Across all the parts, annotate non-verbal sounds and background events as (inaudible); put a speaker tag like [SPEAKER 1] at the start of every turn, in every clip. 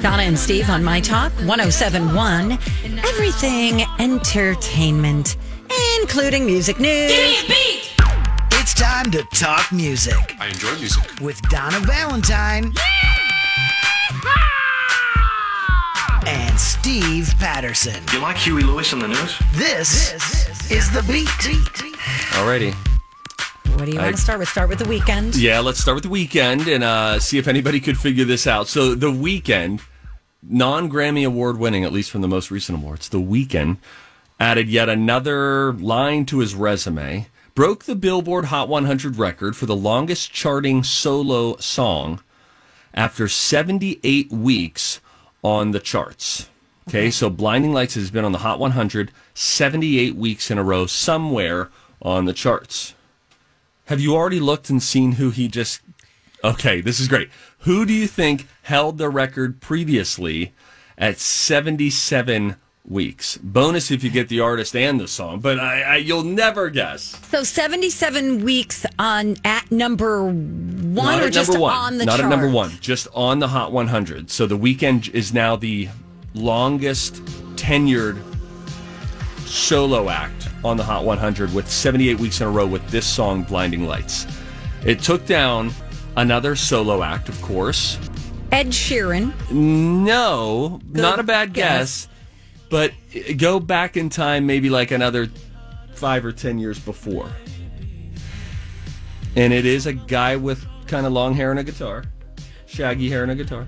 [SPEAKER 1] Donna and Steve on My Talk 1071. Everything entertainment, including music news.
[SPEAKER 2] It's time to talk music
[SPEAKER 3] I enjoy music.
[SPEAKER 2] with Donna Valentine and Steve Patterson.
[SPEAKER 4] You like Huey Lewis on the news?
[SPEAKER 2] This is the beat.
[SPEAKER 3] Alrighty.
[SPEAKER 1] What do you want to start with? Start with the weekend.
[SPEAKER 3] Yeah, let's start with the weekend and uh, see if anybody could figure this out. So the weekend, non Grammy award winning, at least from the most recent awards, the weekend added yet another line to his resume. Broke the Billboard Hot 100 record for the longest charting solo song after 78 weeks on the charts. Okay, so Blinding Lights has been on the Hot 100 78 weeks in a row somewhere on the charts. Have you already looked and seen who he just. Okay, this is great. Who do you think held the record previously at 77 weeks? Bonus if you get the artist and the song, but I, I you'll never guess.
[SPEAKER 1] So 77 weeks on at number one or
[SPEAKER 3] at
[SPEAKER 1] just
[SPEAKER 3] number one.
[SPEAKER 1] on the
[SPEAKER 3] Not
[SPEAKER 1] chart?
[SPEAKER 3] at number one, just on the Hot 100. So the weekend is now the longest tenured solo act on the Hot 100 with 78 weeks in a row with this song, Blinding Lights. It took down another solo act, of course.
[SPEAKER 1] Ed Sheeran.
[SPEAKER 3] No, not a bad guess, but go back in time maybe like another five or 10 years before. And it is a guy with kind of long hair and a guitar, shaggy hair and a guitar.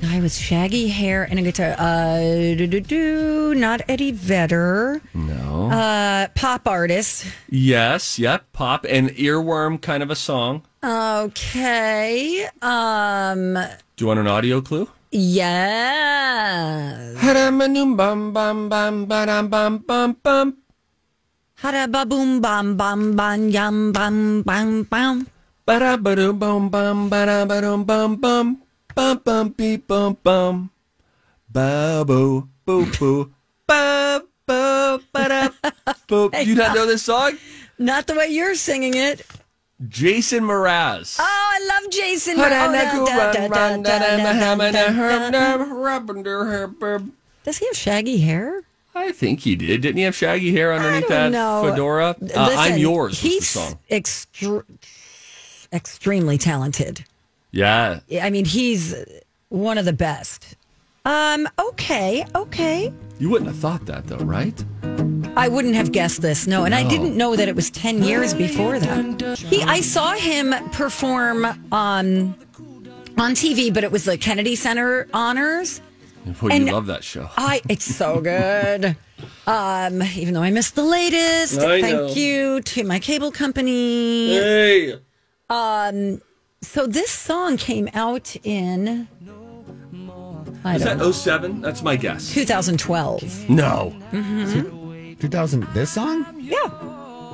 [SPEAKER 1] Guy with shaggy hair and a guitar. Uh, do, do, do, not Eddie Vedder.
[SPEAKER 3] No.
[SPEAKER 1] Uh, pop artist.
[SPEAKER 3] yes, yep, pop and earworm kind of a song.
[SPEAKER 1] Okay. Um.
[SPEAKER 3] Do you want an audio clue?
[SPEAKER 1] Yeah.
[SPEAKER 3] Ba-dum-ba-boom-bum-bum-bum-bum-bum.
[SPEAKER 1] Hada ba boom bam bam bam yum bam bam bam.
[SPEAKER 3] Ba-da-ba-dum-bum-bum-ba-da-ba-dum-bum-bum. Bum-bum-bee-bum-bum. Ba-boo, boo-boo. Ba- ba- ba-da- boop. Do you not know this song?
[SPEAKER 1] Not the way you're singing it.
[SPEAKER 3] Jason Mraz.
[SPEAKER 1] Oh, I love Jason. Oh, da, da, da, da, da, da, da, da.
[SPEAKER 3] I
[SPEAKER 1] Does he have shaggy hair?
[SPEAKER 3] think he did. Didn't he have shaggy hair underneath
[SPEAKER 1] don't
[SPEAKER 3] that
[SPEAKER 1] know.
[SPEAKER 3] fedora?
[SPEAKER 1] Th-
[SPEAKER 3] Uh, I'm
[SPEAKER 1] listen,
[SPEAKER 3] yours. Was the
[SPEAKER 1] He's
[SPEAKER 3] song.
[SPEAKER 1] extr- extremely talented.
[SPEAKER 3] Yeah.
[SPEAKER 1] I mean, he's one of the best. Um. Okay. Okay.
[SPEAKER 3] You wouldn't have thought that though, right?
[SPEAKER 1] I wouldn't have guessed this. No, and I
[SPEAKER 3] No.
[SPEAKER 1] didn't know that it was ten years before that. He, I saw him perform um, on TV, but it was the Kennedy Center Honors.
[SPEAKER 3] Boy,
[SPEAKER 1] And-
[SPEAKER 3] you love that show.
[SPEAKER 1] I, it's so good. Um, even though I missed the latest,
[SPEAKER 3] I
[SPEAKER 1] thank
[SPEAKER 3] know.
[SPEAKER 1] you to my cable company. Um,
[SPEAKER 3] Hey.
[SPEAKER 1] So this song came out in I
[SPEAKER 3] Is
[SPEAKER 1] don't
[SPEAKER 3] that
[SPEAKER 1] know,
[SPEAKER 3] 07? That's my guess.
[SPEAKER 1] 2012.
[SPEAKER 3] No.
[SPEAKER 5] 2000. This song
[SPEAKER 1] Yeah.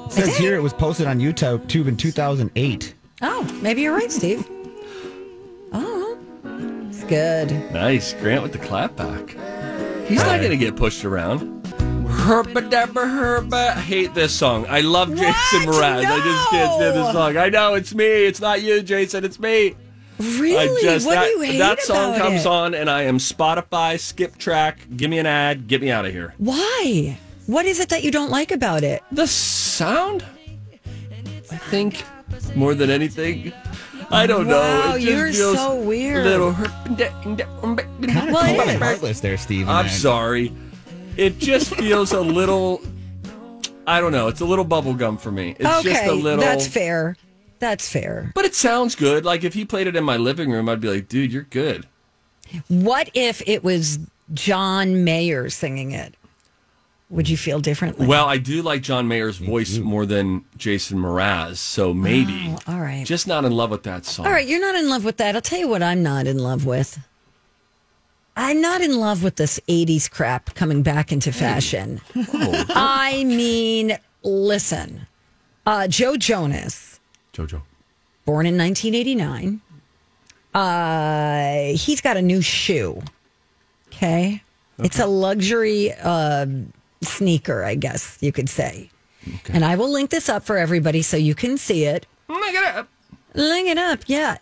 [SPEAKER 5] it says here it was posted on YouTube Tube in 2008.
[SPEAKER 1] Oh, maybe you're right, Steve. Oh, it's good.
[SPEAKER 3] Nice. Grant with the clap back. He's not going to get pushed around. Herba dabba herba. I hate this song. I love Jason
[SPEAKER 1] What?
[SPEAKER 3] Mraz. I just can't stand this
[SPEAKER 1] No.
[SPEAKER 3] song. I know it's me. It's not you, Jason. It's me.
[SPEAKER 1] Really?
[SPEAKER 3] I just
[SPEAKER 1] what
[SPEAKER 3] that,
[SPEAKER 1] do you hate
[SPEAKER 3] that song
[SPEAKER 1] about
[SPEAKER 3] comes
[SPEAKER 1] it?
[SPEAKER 3] on and I am Spotify skip track. Give me an ad. Get me out of here.
[SPEAKER 1] Why? What is it that you don't like about it?
[SPEAKER 3] The sound. I think more than anything. I don't know.
[SPEAKER 1] Wow,
[SPEAKER 3] It just
[SPEAKER 1] you're
[SPEAKER 3] feels
[SPEAKER 1] so weird.
[SPEAKER 3] Little.
[SPEAKER 5] Kind of
[SPEAKER 1] Well, it
[SPEAKER 5] cold
[SPEAKER 1] is.
[SPEAKER 5] and heartless there, Steve. in
[SPEAKER 3] I'm
[SPEAKER 5] that.
[SPEAKER 3] sorry. It just feels a little. I don't know. It's a little bubblegum for me. It's
[SPEAKER 1] okay,
[SPEAKER 3] just a little.
[SPEAKER 1] that's fair. That's fair.
[SPEAKER 3] But it sounds good. Like if he played it in my living room, I'd be like, dude, you're good.
[SPEAKER 1] What if it was John Mayer singing it? Would you feel differently?
[SPEAKER 3] Well, I do like John Mayer's voice more than Jason Mraz, so maybe.
[SPEAKER 1] Oh, all right.
[SPEAKER 3] Just not in love with that song.
[SPEAKER 1] All right, you're not in love with that. I'll tell you what I'm not in love with. I'm not in love with this 80s crap coming back into fashion.
[SPEAKER 3] Oh.
[SPEAKER 1] I mean, listen, uh, Joe Jonas,
[SPEAKER 3] JoJo.
[SPEAKER 1] born in 1989, uh, he's got a new shoe. Okay. It's a luxury uh, sneaker, I guess you could say. And I will link this up for everybody so you can see it.
[SPEAKER 3] Look it up.
[SPEAKER 1] Ling it up, yeah.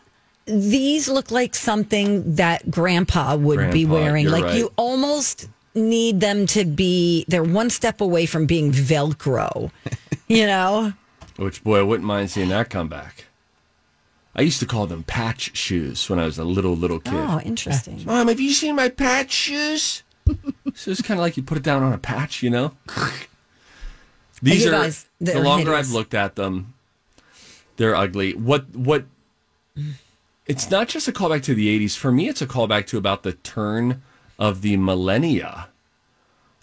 [SPEAKER 1] these look like something that grandpa would be
[SPEAKER 3] Grandpa,
[SPEAKER 1] wearing.
[SPEAKER 3] you're
[SPEAKER 1] Like
[SPEAKER 3] right.
[SPEAKER 1] you almost need them to be they're one step away from being
[SPEAKER 3] (laughs)
[SPEAKER 1] Velcro. you know?
[SPEAKER 3] Which boy, I wouldn't mind seeing that come back. I used to call them patch shoes when I was a little little kid.
[SPEAKER 1] Oh, interesting.
[SPEAKER 3] Mom, have you seen my patch shoes? (laughs) so it's kind of like you put it down on a patch, you know. (laughs) These
[SPEAKER 1] You
[SPEAKER 3] are
[SPEAKER 1] guys,
[SPEAKER 3] the
[SPEAKER 1] they're
[SPEAKER 3] longer
[SPEAKER 1] hideous.
[SPEAKER 3] I've looked at them, they're ugly. What (sighs) what? It's not just a callback to the '80s. For me, it's a callback to about the turn of the millennia,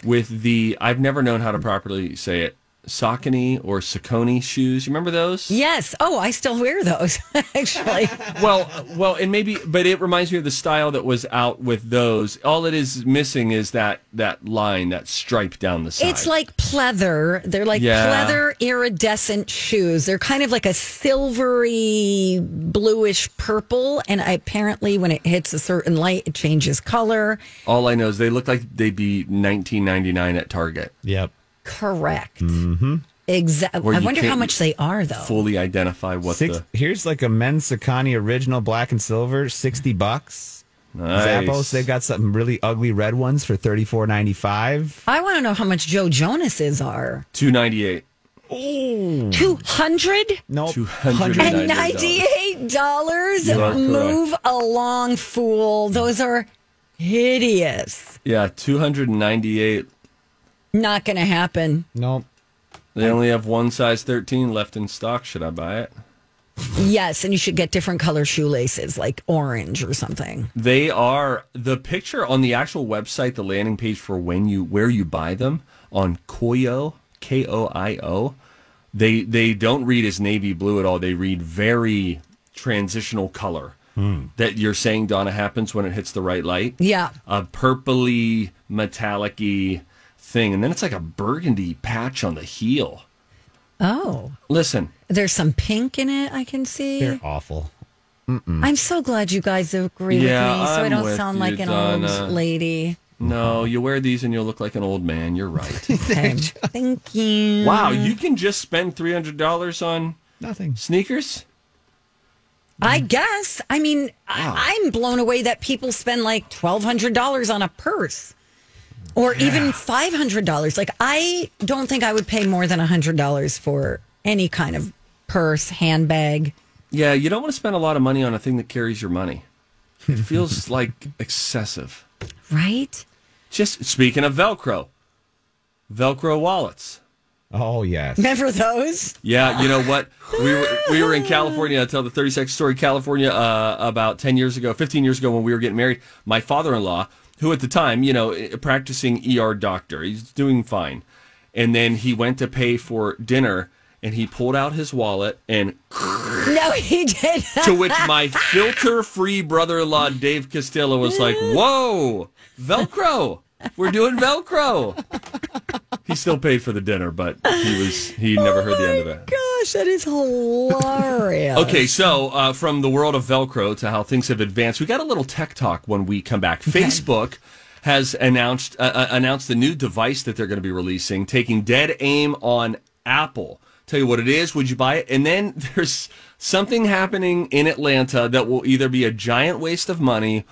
[SPEAKER 3] with the I've never known how to properly say it. Saucony or Saucony shoes. You remember those?
[SPEAKER 1] Yes. Oh, I still wear those (laughs)
[SPEAKER 3] (laughs)
[SPEAKER 1] actually.
[SPEAKER 3] well, well, and maybe, but it reminds me of the style that was out with those. All it is missing is that that line, that stripe down the side.
[SPEAKER 1] It's like pleather. They're like
[SPEAKER 3] Yeah.
[SPEAKER 1] pleather iridescent shoes. They're kind of like a silvery bluish purple. And I, apparently, when it hits a certain light, it changes color.
[SPEAKER 3] all I know is they look like they'd be 19.99 at Target.
[SPEAKER 5] Yep.
[SPEAKER 1] Correct. Mm-hmm. Exactly.
[SPEAKER 3] Where
[SPEAKER 1] I
[SPEAKER 3] you
[SPEAKER 1] wonder how
[SPEAKER 3] can't
[SPEAKER 1] much they are, though.
[SPEAKER 3] Fully identify what
[SPEAKER 5] Six,
[SPEAKER 3] the
[SPEAKER 5] here's like a men's Sakani original black and silver, sixty bucks.
[SPEAKER 3] Nice.
[SPEAKER 5] Zappos, they've got some really ugly red ones for thirty four ninety five.
[SPEAKER 1] I want to know how much Joe Jonas's are.
[SPEAKER 3] 298. Hmm.
[SPEAKER 1] Two hundred
[SPEAKER 5] Nope.
[SPEAKER 1] and
[SPEAKER 3] 298.
[SPEAKER 1] ninety-eight dollars.
[SPEAKER 3] You are correct.
[SPEAKER 1] Move along, fool. Those are hideous.
[SPEAKER 3] Yeah, 298.
[SPEAKER 1] Not going to happen.
[SPEAKER 5] Nope.
[SPEAKER 3] They only have one size 13 left in stock. Should I buy it?
[SPEAKER 1] Yes, and you should get different color shoelaces, like orange or something.
[SPEAKER 3] They are the picture on the actual website, the landing page for when you where you buy them on Koyo K O I O. They they don't read as navy blue at all. They read very transitional color that you're saying Donna happens when it hits the right light.
[SPEAKER 1] Yeah.
[SPEAKER 3] a purpley metallic-y thing, and then it's like a burgundy patch on the heel.
[SPEAKER 1] Oh,
[SPEAKER 3] Listen,
[SPEAKER 1] there's some pink in it. I can see.
[SPEAKER 5] They're awful.
[SPEAKER 1] I'm so glad you guys agree
[SPEAKER 3] Mm. Yeah,
[SPEAKER 1] with me, so I
[SPEAKER 3] I'm
[SPEAKER 1] don't
[SPEAKER 3] with
[SPEAKER 1] sound
[SPEAKER 3] you,
[SPEAKER 1] like an
[SPEAKER 3] Donna.
[SPEAKER 1] old lady.
[SPEAKER 3] no, you wear these and you'll look like an old man. You're right.
[SPEAKER 1] Okay. (laughs) Thank you.
[SPEAKER 3] wow, you can just spend three hundred dollars on
[SPEAKER 5] Nothing.
[SPEAKER 3] sneakers.
[SPEAKER 1] I guess. I mean, I, I'm blown away that people spend like twelve hundred dollars on a purse, or even five hundred dollars. Like, I don't think I would pay more than hundred dollars for any kind of purse, handbag.
[SPEAKER 3] Yeah, you don't want to spend a lot of money on a thing that carries your money. It feels like excessive.
[SPEAKER 1] Right?
[SPEAKER 3] Just speaking of Velcro, Velcro wallets.
[SPEAKER 5] Oh yes.
[SPEAKER 1] Remember those?
[SPEAKER 3] Yeah, you know what? We were we were in California. I'll tell the thirty second story. California, uh, about ten years ago, fifteen years ago, when we were getting married, my father in law, who at the time, you know, a practicing ER doctor, he's doing fine, and then he went to pay for dinner, and he pulled out his wallet, and
[SPEAKER 1] No, he did.
[SPEAKER 3] (laughs) to which my filter free brother in law Dave Costello was like, "Whoa, Velcro! We're doing Velcro." He still paid for the dinner, but he was he never heard the end of it.
[SPEAKER 1] Oh Gosh, that is hilarious.
[SPEAKER 3] (laughs) Okay, so uh, from the world of Velcro to how things have advanced, we got a little tech talk when we come back. Facebook has announced uh, uh, announced the new device that they're going to be releasing, taking dead aim on Apple. Tell you what it is. Would you buy it? And then (laughs) there's something happening in Atlanta that will either be a giant waste of money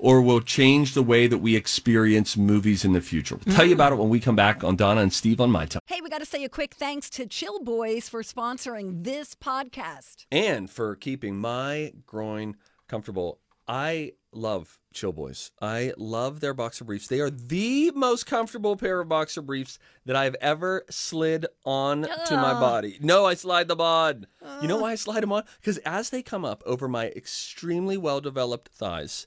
[SPEAKER 3] or will change the way that we experience movies in the future. We'll tell you about it when we come back on Donna and Steve on My Time.
[SPEAKER 1] Hey, we got to say a quick thanks to Chill Boys for sponsoring this podcast.
[SPEAKER 3] and for keeping my groin comfortable. I love Chill Boys. I love their boxer briefs. They are the most comfortable pair of boxer briefs that I've ever slid on to my body. No, I slide them on. You know why I slide them on? Because as they come up over my extremely well developed thighs,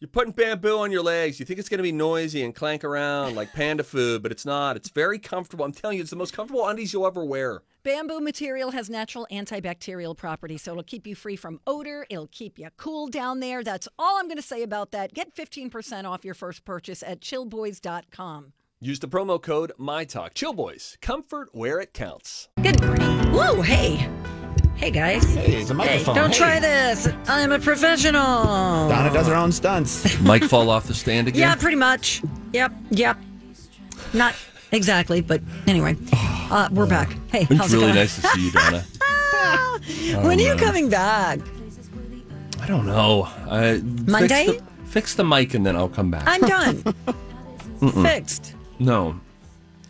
[SPEAKER 3] You're putting bamboo on your legs. You think it's going to be noisy and clank around like panda food, but it's not. It's very comfortable. I'm telling you, it's the most comfortable undies you'll ever wear.
[SPEAKER 1] Bamboo material has natural antibacterial properties, so it'll keep you free from odor. It'll keep you cool down there. That's all I'm going to say about that. Get 15% off your first purchase at chillboys.com.
[SPEAKER 3] Use the promo code MyTalk. Chill Boys, comfort where it counts.
[SPEAKER 1] Good morning. Whoa, hey. Hey, guys.
[SPEAKER 5] Hey, it's a microphone.
[SPEAKER 1] Don't
[SPEAKER 5] Hey.
[SPEAKER 1] try this. I'm a professional.
[SPEAKER 5] Donna does her own stunts.
[SPEAKER 3] Mike fall off the stand again?
[SPEAKER 1] Yeah, pretty much. Yep, yep. Not exactly, but
[SPEAKER 3] (sighs)
[SPEAKER 1] anyway, uh, we're back. Hey,
[SPEAKER 3] It's
[SPEAKER 1] how's it
[SPEAKER 3] really
[SPEAKER 1] going?
[SPEAKER 3] nice Oh, to see you, Donna.
[SPEAKER 1] Ah, (laughs) when are you coming back?
[SPEAKER 3] I don't know. Oh, I,
[SPEAKER 1] Monday?
[SPEAKER 3] Fix the, fix the mic and then I'll come back.
[SPEAKER 1] I'm
[SPEAKER 3] (laughs)
[SPEAKER 1] done. Fixed.
[SPEAKER 3] no,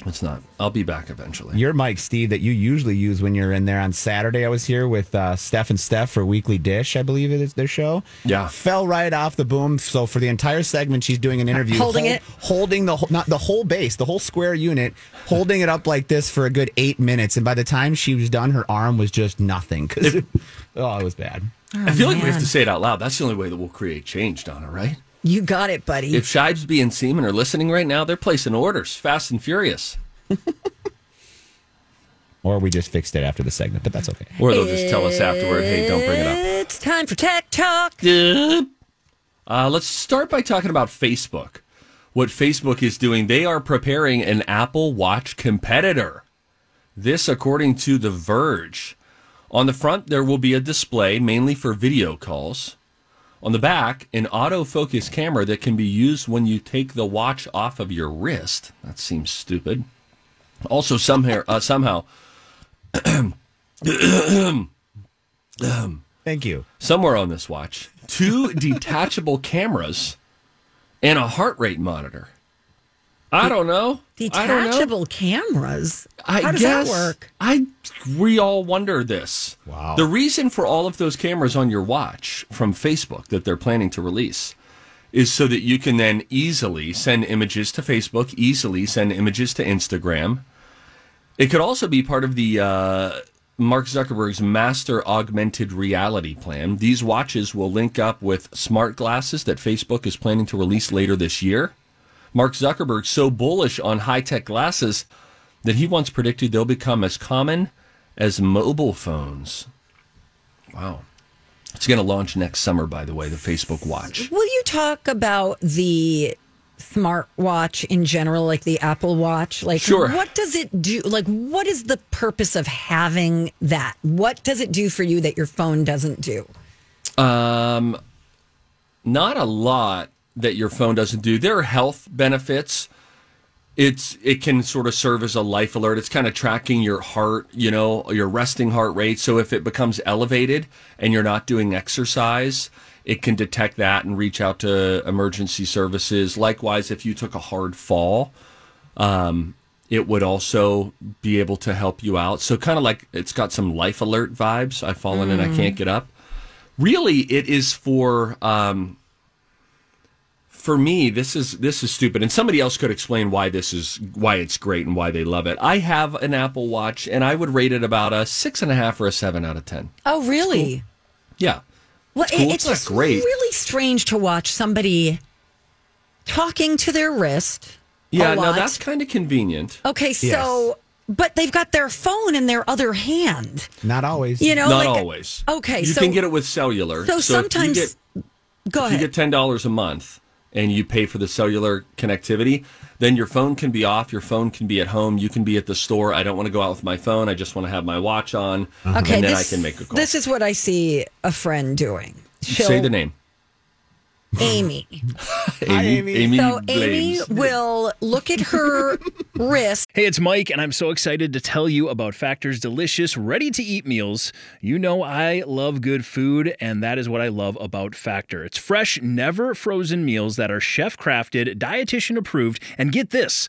[SPEAKER 3] it's not. I'll be back eventually.
[SPEAKER 5] Your mic, Steve, that you usually use when you're in there on Saturday. I was here with uh, Steph and Steph for Weekly Dish, I believe it is their show.
[SPEAKER 3] Yeah.
[SPEAKER 5] fell right off the boom. So for the entire segment, she's doing an interview,
[SPEAKER 1] Holding it?
[SPEAKER 5] holding the whole- not the whole base, the whole square unit, holding it up like this for a good eight minutes. And by the time she was done, her arm was just nothing. 'cause it, (laughs) oh, it was bad.
[SPEAKER 3] I feel like we have
[SPEAKER 1] man.
[SPEAKER 3] to say it out loud. That's the only way that we'll create change, Donna, right?
[SPEAKER 1] You got it, buddy.
[SPEAKER 3] If Shibes B and Seaman are listening right now, they're placing orders fast and furious.
[SPEAKER 5] Or we just fixed it after the segment, but that's okay.
[SPEAKER 3] Or they'll just tell us afterward, hey, don't bring it up.
[SPEAKER 1] It's time for tech talk.
[SPEAKER 3] Uh, let's start by talking about Facebook. What Facebook is doing, they are preparing an Apple Watch competitor. This, according to The Verge. On the front, there will be a display mainly for video calls. On the back, an autofocus camera that can be used when you take the watch off of your wrist. That seems stupid. Also, somehow, uh, somehow
[SPEAKER 5] Thank you.
[SPEAKER 3] somewhere on this watch, two (laughs) detachable cameras and a heart rate monitor. I don't know. I don't know.
[SPEAKER 1] Detachable cameras.
[SPEAKER 3] I
[SPEAKER 1] How does
[SPEAKER 3] guess,
[SPEAKER 1] that work?
[SPEAKER 3] I we all wonder this.
[SPEAKER 5] Wow.
[SPEAKER 3] The reason for all of those cameras on your watch from Facebook that they're planning to release is so that you can then easily send images to Facebook, easily send images to Instagram. It could also be part of the uh, Mark Zuckerberg's master augmented reality plan. These watches will link up with smart glasses that Facebook is planning to release later this year. Mark Zuckerberg so bullish on high-tech glasses that he once predicted they'll become as common as mobile phones. Wow. It's going to launch next summer, by the way, the Facebook Watch.
[SPEAKER 1] Will you talk about the smartwatch in general, like the Apple Watch? Like,
[SPEAKER 3] Sure.
[SPEAKER 1] what does it do? Like, what is the purpose of having that? What does it do for you that your phone doesn't do?
[SPEAKER 3] Not a lot that your phone doesn't do. There are health benefits. It's it can sort of serve as a life alert. It's kind of tracking your heart, you know, your resting heart rate. So if it becomes elevated and you're not doing exercise, it can detect that and reach out to emergency services. Likewise, if you took a hard fall, um, it would also be able to help you out. So kind of like it's got some life alert vibes. I've fallen and I can't get up. Really, it is for um, for me. This is this is stupid, and somebody else could explain why this is why it's great and why they love it. I have an Apple Watch, and I would rate it about a six and a half or a seven out of ten.
[SPEAKER 1] Oh, really?
[SPEAKER 3] Yeah,
[SPEAKER 1] Well,
[SPEAKER 3] It's cool.
[SPEAKER 1] it-
[SPEAKER 3] It's
[SPEAKER 1] it's,
[SPEAKER 3] not great.
[SPEAKER 1] really strange to watch somebody talking to their wrist.
[SPEAKER 3] yeah.
[SPEAKER 1] a
[SPEAKER 3] Now
[SPEAKER 1] lot. Oh,
[SPEAKER 3] that's kind of convenient.
[SPEAKER 1] okay. So, but they've got their phone in their other hand.
[SPEAKER 5] Not always.
[SPEAKER 1] You know,
[SPEAKER 3] Not
[SPEAKER 1] like-
[SPEAKER 3] always.
[SPEAKER 1] Okay,
[SPEAKER 3] you
[SPEAKER 1] so-
[SPEAKER 3] can get it with cellular.
[SPEAKER 1] So,
[SPEAKER 3] if you
[SPEAKER 1] sometimes,
[SPEAKER 3] get-
[SPEAKER 1] go
[SPEAKER 3] if you
[SPEAKER 1] ahead.
[SPEAKER 3] get ten dollars a month and you pay for the cellular connectivity, then your phone can be off. Your phone can be at home. You can be at the store. I don't want to go out with my phone. I just want to have my watch on,
[SPEAKER 1] okay,
[SPEAKER 3] and then
[SPEAKER 1] this-
[SPEAKER 3] I can make a call.
[SPEAKER 1] This is what I see a friend doing. She'll,
[SPEAKER 3] Say the name.
[SPEAKER 1] Amy.
[SPEAKER 3] (laughs) Amy. Amy
[SPEAKER 1] So Amy
[SPEAKER 3] Blaze.
[SPEAKER 1] will look at
[SPEAKER 3] (laughs)
[SPEAKER 1] her wrist.
[SPEAKER 4] Hey, it's Mike, and I'm so excited to tell you about Factor's delicious, ready to eat meals. You know, I love good food, and that is what I love about Factor. It's fresh, never frozen meals that are chef crafted, dietitian approved, and get this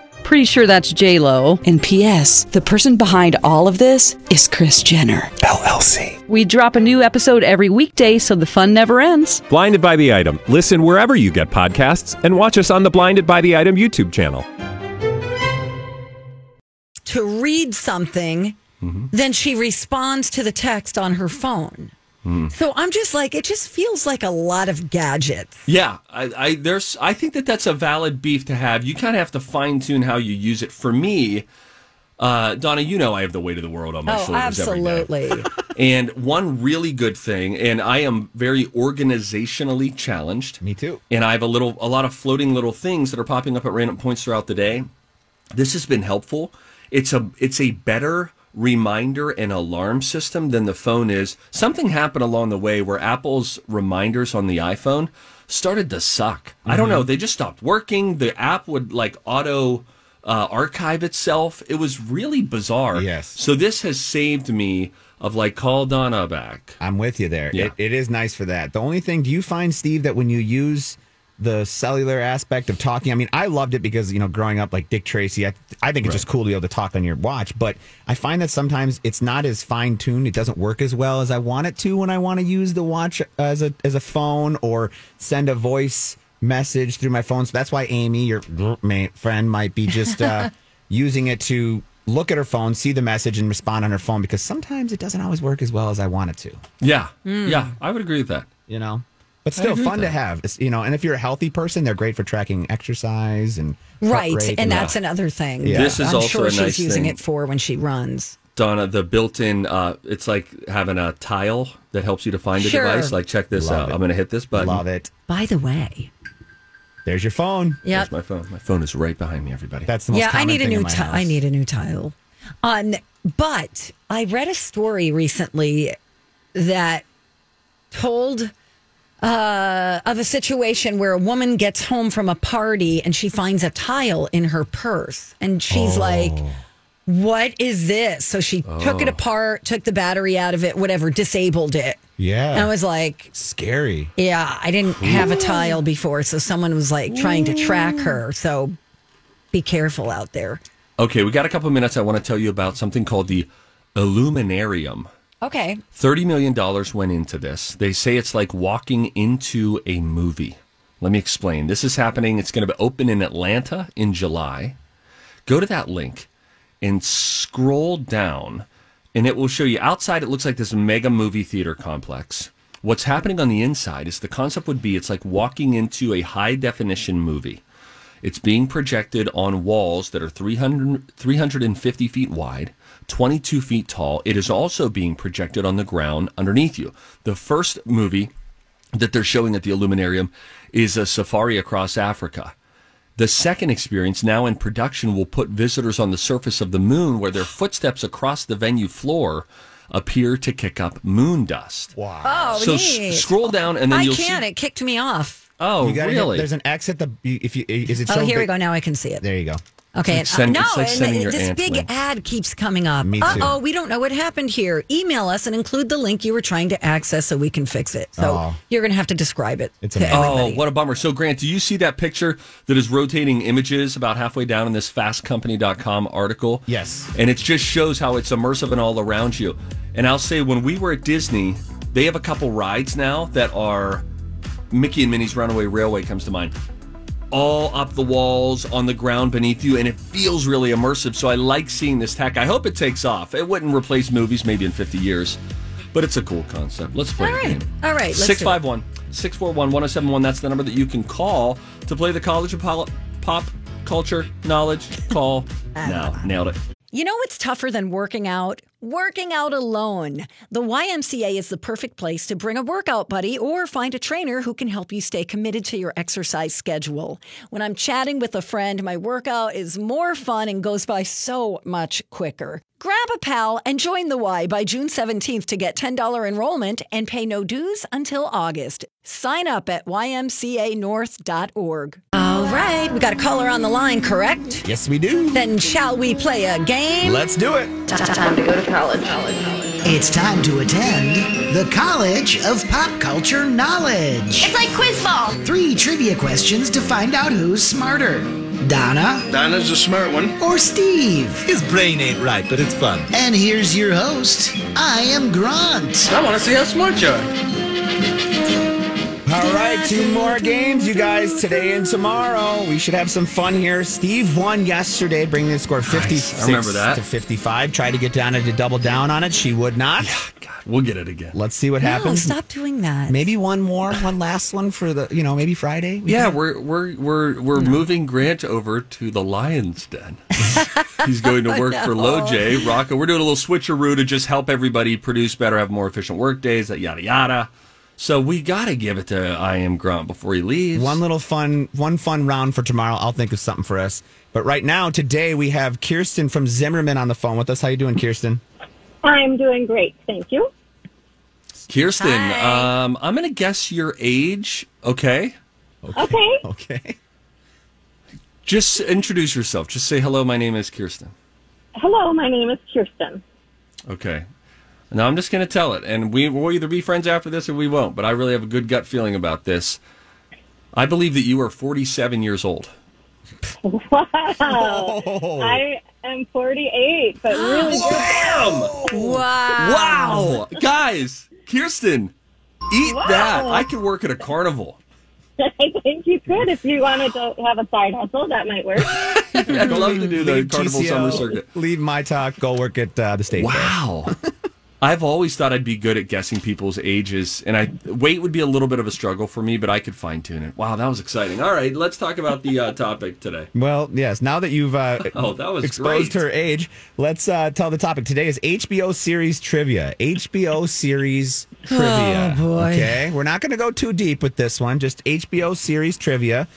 [SPEAKER 6] Pretty sure that's J Lo.
[SPEAKER 7] And P.S. The person behind all of this is Chris Jenner
[SPEAKER 8] LLC.
[SPEAKER 6] We drop a new episode every weekday, so the fun never ends.
[SPEAKER 8] Blinded by the item. Listen wherever you get podcasts, and watch us on the Blinded by the Item YouTube channel.
[SPEAKER 1] to read something,
[SPEAKER 3] Mm-hmm.
[SPEAKER 1] then she responds to the text on her phone.
[SPEAKER 3] Mm.
[SPEAKER 1] So I'm just like, it just feels like a lot of gadgets.
[SPEAKER 3] Yeah, I, I there's I think that that's a valid beef to have. You kind of have to fine tune how you use it. For me, uh, Donna, you know I have the weight of the world on my
[SPEAKER 1] Oh,
[SPEAKER 3] shoulders every day.
[SPEAKER 1] absolutely.
[SPEAKER 3] (laughs) And one really good thing, and I am very organizationally challenged.
[SPEAKER 5] Me too.
[SPEAKER 3] And I have a little, a lot of floating little things that are popping up at random points throughout the day. This has been helpful. It's a, it's a better reminder and alarm system than the phone is. Something happened along the way where Apple's reminders on the iPhone started to suck. I don't know. They just stopped working. The app would like auto. Uh, archive itself. It was really bizarre.
[SPEAKER 5] Yes.
[SPEAKER 3] So this has saved me of like call Donna back.
[SPEAKER 5] I'm with you there.
[SPEAKER 3] Yeah.
[SPEAKER 5] It, it is nice for that. The only thing, do you find, Steve, that when you use the cellular aspect of talking, I mean, I loved it because, you know, growing up like Dick Tracy, I, I think it's just cool to be able to talk on your watch, but I find that sometimes it's not as fine tuned. It doesn't work as well as I want it to when I want to use the watch as a, as a phone or send a voice message through my phone. So that's why Amy, your ma- friend, might be just uh, using it to look at her phone, see the message, and respond on her phone because sometimes it doesn't always work as well as I want it to
[SPEAKER 3] Yeah. Yeah. I would agree with that.
[SPEAKER 5] you know. But still
[SPEAKER 3] agree with
[SPEAKER 5] fun to have, It's- you know. And if you're a healthy person, they're great for tracking exercise and heart
[SPEAKER 1] right.
[SPEAKER 5] rate
[SPEAKER 1] and that's another thing.
[SPEAKER 5] Yeah.
[SPEAKER 3] This is
[SPEAKER 1] I'm
[SPEAKER 3] also
[SPEAKER 1] sure
[SPEAKER 3] a
[SPEAKER 1] she's
[SPEAKER 3] nice
[SPEAKER 1] using
[SPEAKER 3] thing.
[SPEAKER 1] it for when she runs.
[SPEAKER 3] Donna, the built-in, uh, it's like having a tile that helps you to find a
[SPEAKER 1] Sure.
[SPEAKER 3] device. Like, check this
[SPEAKER 5] Love
[SPEAKER 3] out.
[SPEAKER 5] it.
[SPEAKER 3] I'm going to hit this button.
[SPEAKER 5] love it.
[SPEAKER 1] By the way,
[SPEAKER 5] There's your phone.
[SPEAKER 1] yeah,
[SPEAKER 3] There's my phone. My phone is right behind me, everybody.
[SPEAKER 5] That's the most.
[SPEAKER 1] yeah, I
[SPEAKER 5] common
[SPEAKER 1] need a
[SPEAKER 5] thing in
[SPEAKER 1] new
[SPEAKER 5] my
[SPEAKER 1] ti- I
[SPEAKER 5] house.
[SPEAKER 1] need a new tile. On but I read a story recently that told uh, of a situation where a woman gets home from a party and she finds a tile in her purse and she's like
[SPEAKER 3] Oh.
[SPEAKER 1] what is this? So she took it apart, took the battery out of it, whatever, disabled it.
[SPEAKER 5] Yeah.
[SPEAKER 1] And I was like,
[SPEAKER 5] Scary.
[SPEAKER 1] yeah, I didn't have a tile before, so someone was like trying to track her. So be careful out there.
[SPEAKER 3] okay, we got a couple minutes. I want to tell you about something called the Illuminarium.
[SPEAKER 1] Okay.
[SPEAKER 3] $30 million went into this. They say it's like walking into a movie. Let me explain. This is happening. It's going to be open in Atlanta in July. Go to that link and scroll down, and it will show you outside. It looks like this mega movie theater complex. What's happening on the inside is the concept would be it's like walking into a high definition movie. It's being projected on walls that are 300, 350 feet wide, 22 feet tall. It is also being projected on the ground underneath you. The first movie that they're showing at the Illuminarium is a safari across Africa. The second experience, now in production, will put visitors on the surface of the moon where their footsteps across the venue floor appear to kick up moon dust.
[SPEAKER 1] Oh,
[SPEAKER 3] So s-
[SPEAKER 1] neat.
[SPEAKER 3] scroll down and then
[SPEAKER 1] I
[SPEAKER 3] you'll
[SPEAKER 1] can't.
[SPEAKER 3] see.
[SPEAKER 1] It kicked me off.
[SPEAKER 3] Oh,
[SPEAKER 5] You gotta get-
[SPEAKER 3] really?
[SPEAKER 5] there's an X at the. you- If you is it?
[SPEAKER 1] Oh,
[SPEAKER 5] so
[SPEAKER 1] here we
[SPEAKER 5] big-
[SPEAKER 1] go. Now I can see it.
[SPEAKER 5] There you go.
[SPEAKER 1] Okay.
[SPEAKER 3] It's like
[SPEAKER 1] and, uh,
[SPEAKER 3] send- it's like
[SPEAKER 1] no, and
[SPEAKER 3] sending your
[SPEAKER 1] this
[SPEAKER 3] aunt
[SPEAKER 1] big
[SPEAKER 3] link.
[SPEAKER 1] ad keeps coming up.
[SPEAKER 5] Me too.
[SPEAKER 1] Uh oh, we don't know what happened here. Email us and include the link you were trying to access so we can fix it. So
[SPEAKER 5] Oh.
[SPEAKER 1] you're going to have to describe it.
[SPEAKER 5] It's
[SPEAKER 1] to
[SPEAKER 5] amazing.
[SPEAKER 1] everybody.
[SPEAKER 3] Oh, what a bummer. So, Grant, do you see that picture that is rotating images about halfway down in this fastcompany.com article?
[SPEAKER 5] Yes.
[SPEAKER 3] And it just shows how it's immersive and all around you. And I'll say, when we were at Disney, they have a couple rides now that are Mickey and Minnie's Runaway Railway comes to mind. all up the walls on the ground beneath you, and it feels really immersive. So I like seeing this tech. I hope it takes off. It wouldn't replace movies maybe in 50 years, but it's a cool concept. Let's play
[SPEAKER 1] All
[SPEAKER 3] the
[SPEAKER 1] right.
[SPEAKER 3] game.
[SPEAKER 1] All right, let's do it.
[SPEAKER 3] 651 641 1071. That's the number that you can call to play the College of Pol- Pop Culture Knowledge
[SPEAKER 1] (laughs)
[SPEAKER 3] Call. now, nailed it.
[SPEAKER 1] You know what's tougher than working out? Working out alone. The YMCA is the perfect place to bring a workout buddy or find a trainer who can help you stay committed to your exercise schedule. When I'm chatting with a friend, my workout is more fun and goes by so much quicker. Grab a pal and join the Y by June 17th to get $10 enrollment and pay no dues until August. Sign up at ymcanorth.org. All right, we got a caller on the line, correct?
[SPEAKER 5] Yes, we do.
[SPEAKER 1] Then shall we play a game?
[SPEAKER 5] Let's do it.
[SPEAKER 2] It's time to attend the College of Pop Culture Knowledge.
[SPEAKER 9] It's like quiz ball.
[SPEAKER 2] Three trivia questions to find out who's smarter Donna
[SPEAKER 10] Dinah's a smart one.
[SPEAKER 2] or Steve.
[SPEAKER 10] His brain ain't right, but it's fun.
[SPEAKER 2] And here's your host. I am Grant.
[SPEAKER 10] I want to see how smart you are.
[SPEAKER 5] All right, two more games, you guys, today and tomorrow. We should have some fun here. Steve won yesterday, bringing the score 56
[SPEAKER 3] I remember that.
[SPEAKER 5] to 55. Tried to get Donna to double down on it. She would not.
[SPEAKER 3] God, we'll get it again.
[SPEAKER 5] Let's see what
[SPEAKER 1] No,
[SPEAKER 5] happens.
[SPEAKER 1] stop doing that.
[SPEAKER 5] Maybe one more, one last one for the, you know, maybe Friday. We
[SPEAKER 3] Yeah,
[SPEAKER 5] can-
[SPEAKER 3] we're we're we're we're moving Grant over to the Lions Den. He's going to work for LoJ Rocco. We're doing a little switcheroo to just help everybody produce better, have more efficient work days, that yada yada. So we gotta give it to I am Grant before he leaves.
[SPEAKER 5] One little fun, one fun round for tomorrow. I'll think of something for us. But right now, today we have Kirsten from Zimmerman on the phone with us. How you doing, Kirsten? (laughs)
[SPEAKER 9] I'm doing great, thank you.
[SPEAKER 3] Kirsten,
[SPEAKER 1] Hi.
[SPEAKER 3] um, I'm gonna guess your age. Okay,
[SPEAKER 9] Okay.
[SPEAKER 5] Okay.
[SPEAKER 3] just introduce yourself. Just say hello. My name is Kirsten.
[SPEAKER 9] Hello, my name is Kirsten.
[SPEAKER 3] Okay. Now I'm just going to tell it, and we will either be friends after this or we won't. But I really have a good gut feeling about this. I believe that you are 47 years old.
[SPEAKER 9] Wow. I am 48, but really good.
[SPEAKER 1] Wow.
[SPEAKER 3] Wow, guys, Kirsten, eat that! I could work at a carnival.
[SPEAKER 9] (laughs) I think you could if you wanted to have a side hustle. That might work.
[SPEAKER 3] I'd love to do the
[SPEAKER 5] Leave
[SPEAKER 3] carnival
[SPEAKER 5] TCO,
[SPEAKER 3] summer circuit.
[SPEAKER 5] Leave my talk. Go work at uh, the state. fair.
[SPEAKER 3] Wow. I've always thought I'd be good at guessing people's ages, and I weight would be a little bit of a struggle for me, but I could fine tune it. Wow, that was exciting. All right, let's talk about the uh, topic today.
[SPEAKER 5] Well, yes. Now that you've uh,
[SPEAKER 3] (laughs) Oh, that was
[SPEAKER 5] exposed
[SPEAKER 3] great.
[SPEAKER 5] her age, let's uh, tell the topic today is HBO series trivia. HBO series trivia.
[SPEAKER 1] Oh, boy.
[SPEAKER 5] Okay, we're not going to go too deep with this one. Just HBO series trivia.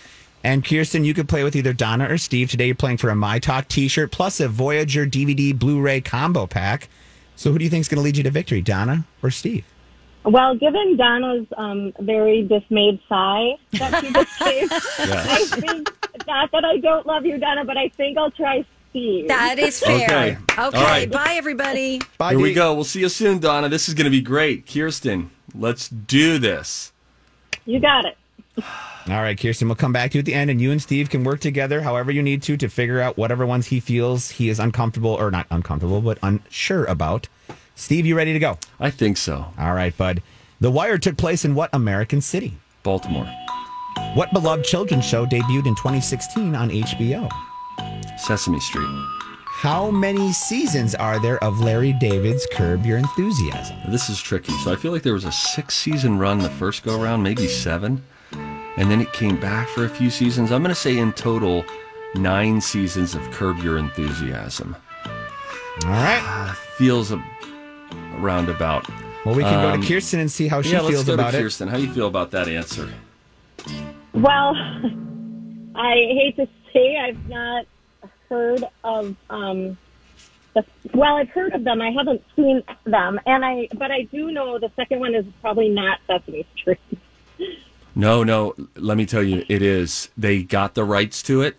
[SPEAKER 5] And Kirsten, you could play with either Donna or Steve. Today, you're playing for a My Talk T-shirt plus a Voyager DVD Blu-ray combo pack. So, who do you think is going to lead you to victory, Donna or Steve?
[SPEAKER 9] Well, given Donna's um, very dismayed sigh that she just gave, I think, not that I don't love you, Donna, but I think I'll try Steve.
[SPEAKER 1] That is fair.
[SPEAKER 3] Okay.
[SPEAKER 1] Okay.
[SPEAKER 3] All right.
[SPEAKER 1] Bye, everybody.
[SPEAKER 5] Bye,
[SPEAKER 3] Here we
[SPEAKER 5] Dee.
[SPEAKER 3] go. We'll see you soon, Donna. This is going to be great. Kirsten, let's do this.
[SPEAKER 9] you got it.
[SPEAKER 5] All right, Kirsten, we'll come back to you at the end, and you and Steve can work together however you need to to figure out whatever ones he feels he is uncomfortable or not uncomfortable, but unsure about. Steve, you ready to go?
[SPEAKER 3] I think so.
[SPEAKER 5] All right, bud. The Wire took place in what American city?
[SPEAKER 3] Baltimore.
[SPEAKER 5] What beloved children's show debuted in 2016 on HBO?
[SPEAKER 3] Sesame Street.
[SPEAKER 5] How many seasons are there of Larry David's Curb Your Enthusiasm?
[SPEAKER 3] This is tricky. So I feel like there was a six season run the first go around, maybe seven. And then it came back for a few seasons. I'm going to say in total, nine seasons of Curb Your Enthusiasm. Uh,
[SPEAKER 5] All right.
[SPEAKER 3] Feels a around about.
[SPEAKER 5] Well, we can go
[SPEAKER 3] Um,
[SPEAKER 5] to Kirsten and see how she
[SPEAKER 3] yeah, let's
[SPEAKER 5] feels
[SPEAKER 3] go
[SPEAKER 5] about
[SPEAKER 3] to
[SPEAKER 5] it.
[SPEAKER 3] Kirsten. How do you feel about that answer?
[SPEAKER 9] Well, (laughs) I hate to say I've not heard of um, the. Well, I've heard of them. I haven't seen them, and I but I do know the second one is probably not Sesame Street. (laughs)
[SPEAKER 3] No, no. Let me tell you, it is. They got the rights to it,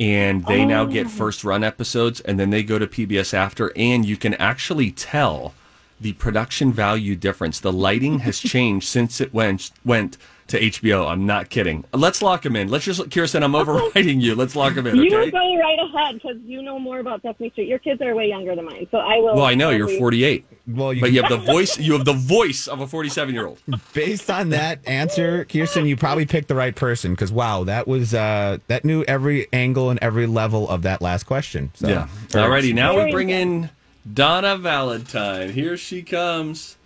[SPEAKER 3] and they now
[SPEAKER 9] Oh.
[SPEAKER 3] get first run episodes, and then they go to PBS after. And you can actually
[SPEAKER 9] (laughs)
[SPEAKER 3] tell the production value difference. The lighting has changed since it went went to HBO. I'm not kidding. Let's lock him in. Let's just, Kirsten, I'm overriding you. Let's lock him in. Okay?
[SPEAKER 9] Oh. You go right ahead because you know more about Sesame Street. Your kids are way younger than mine, so I will.
[SPEAKER 3] Well, I know you're
[SPEAKER 9] probably-
[SPEAKER 3] 48.
[SPEAKER 5] Well, you
[SPEAKER 3] but you have the voice. You have the voice of a 47 year old.
[SPEAKER 5] Based on that answer, Kirsten, you probably picked the right person because wow, that was uh that knew every angle and every level of that last question. So.
[SPEAKER 3] Yeah. Alrighty, now we bring in Donna Valentine. Here she comes.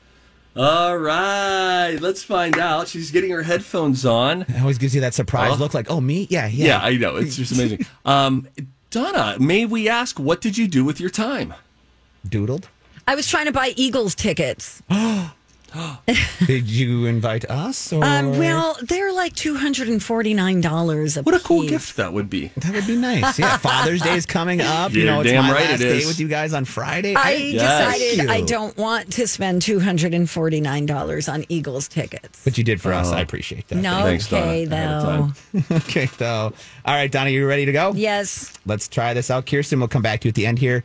[SPEAKER 3] All right, let's find out. She's getting her headphones on.
[SPEAKER 5] It always gives you that surprise
[SPEAKER 3] Huh?
[SPEAKER 5] look, like oh me, yeah, yeah.
[SPEAKER 3] Uh-huh. Yeah, I know. It's just amazing. um, Donna, may we ask, what did you do with your time?
[SPEAKER 5] Doodled.
[SPEAKER 1] I was trying to buy Eagles tickets.
[SPEAKER 5] Did you invite us? Or...
[SPEAKER 1] Um, well, they're like two hundred and forty nine dollars a
[SPEAKER 3] What a cool
[SPEAKER 1] piece.
[SPEAKER 3] gift that would be.
[SPEAKER 5] that would be nice. Yeah, Father's Day is coming up. you
[SPEAKER 3] You're
[SPEAKER 5] know, it's
[SPEAKER 3] damn
[SPEAKER 5] my
[SPEAKER 3] right
[SPEAKER 5] last
[SPEAKER 3] it
[SPEAKER 5] day
[SPEAKER 3] is.
[SPEAKER 5] with you guys on Friday.
[SPEAKER 1] I
[SPEAKER 5] Thank
[SPEAKER 1] decided
[SPEAKER 5] you.
[SPEAKER 1] I don't want to spend two hundred and forty nine dollars on Eagles tickets.
[SPEAKER 5] But you did for us.
[SPEAKER 3] Oh.
[SPEAKER 5] I appreciate that.
[SPEAKER 1] no,
[SPEAKER 3] Thanks, Donna.
[SPEAKER 1] okay
[SPEAKER 3] Ahead of
[SPEAKER 1] though.
[SPEAKER 3] time.
[SPEAKER 5] (laughs) okay, so all right, Donna, you ready to go?
[SPEAKER 1] Yes,
[SPEAKER 5] Let's try this out. Kirsten, we'll come back to you at the end here.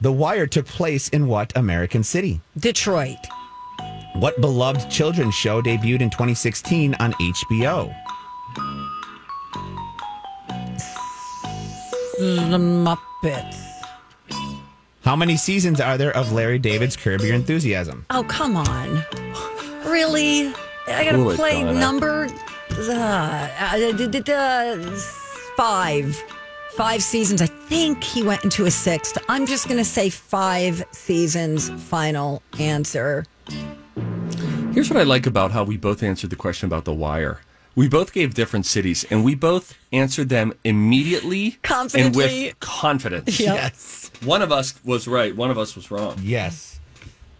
[SPEAKER 5] The Wire took place in what American city?
[SPEAKER 1] Detroit.
[SPEAKER 5] What beloved children's show debuted in 2016 on HBO?
[SPEAKER 1] The Muppets.
[SPEAKER 5] How many seasons are there of Larry David's Curb Your Enthusiasm?
[SPEAKER 1] Oh come on, really? I gotta
[SPEAKER 3] Cool it,
[SPEAKER 1] play
[SPEAKER 3] Donna.
[SPEAKER 1] number uh, uh, d- d- d- uh, five, five seasons. I think he went into a sixth. I'm just gonna say five seasons. Final
[SPEAKER 5] (laughs)
[SPEAKER 1] answer.
[SPEAKER 3] Here's what I like about how we both answered the question about the wire. We both gave different cities, and we both answered them immediately and
[SPEAKER 1] Confidently.
[SPEAKER 3] with confidence.
[SPEAKER 5] Yes.
[SPEAKER 3] One of us was right. One of us was wrong.
[SPEAKER 5] Yes.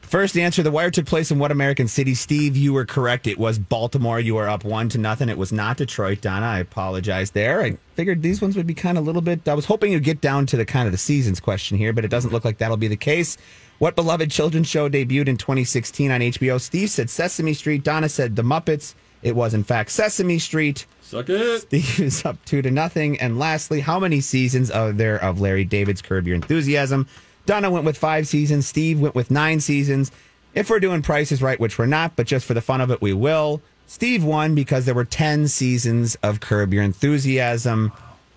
[SPEAKER 5] First answer The Wire took place in what American city? Steve, you were correct. It was Baltimore. You are up one to nothing. It was not Detroit, Donna. I apologize there. I figured these ones would be kind of a little bit. I was hoping you'd get down to the kind of the seasons question here, but it doesn't look like that'll be the case. What beloved children's show debuted in 2016 on HBO? Steve said Sesame Street. Donna said The Muppets. It was, in fact, Sesame Street.
[SPEAKER 3] Suck it.
[SPEAKER 5] (laughs) Steve is up two to nothing. And lastly, how many seasons are there of Larry David's Curb Your Enthusiasm? Donna went with five seasons. Steve went with nine seasons. If we're doing prices right, which we're not, but just for the fun of it, we will. Steve won because there were 10 seasons of Curb Your Enthusiasm,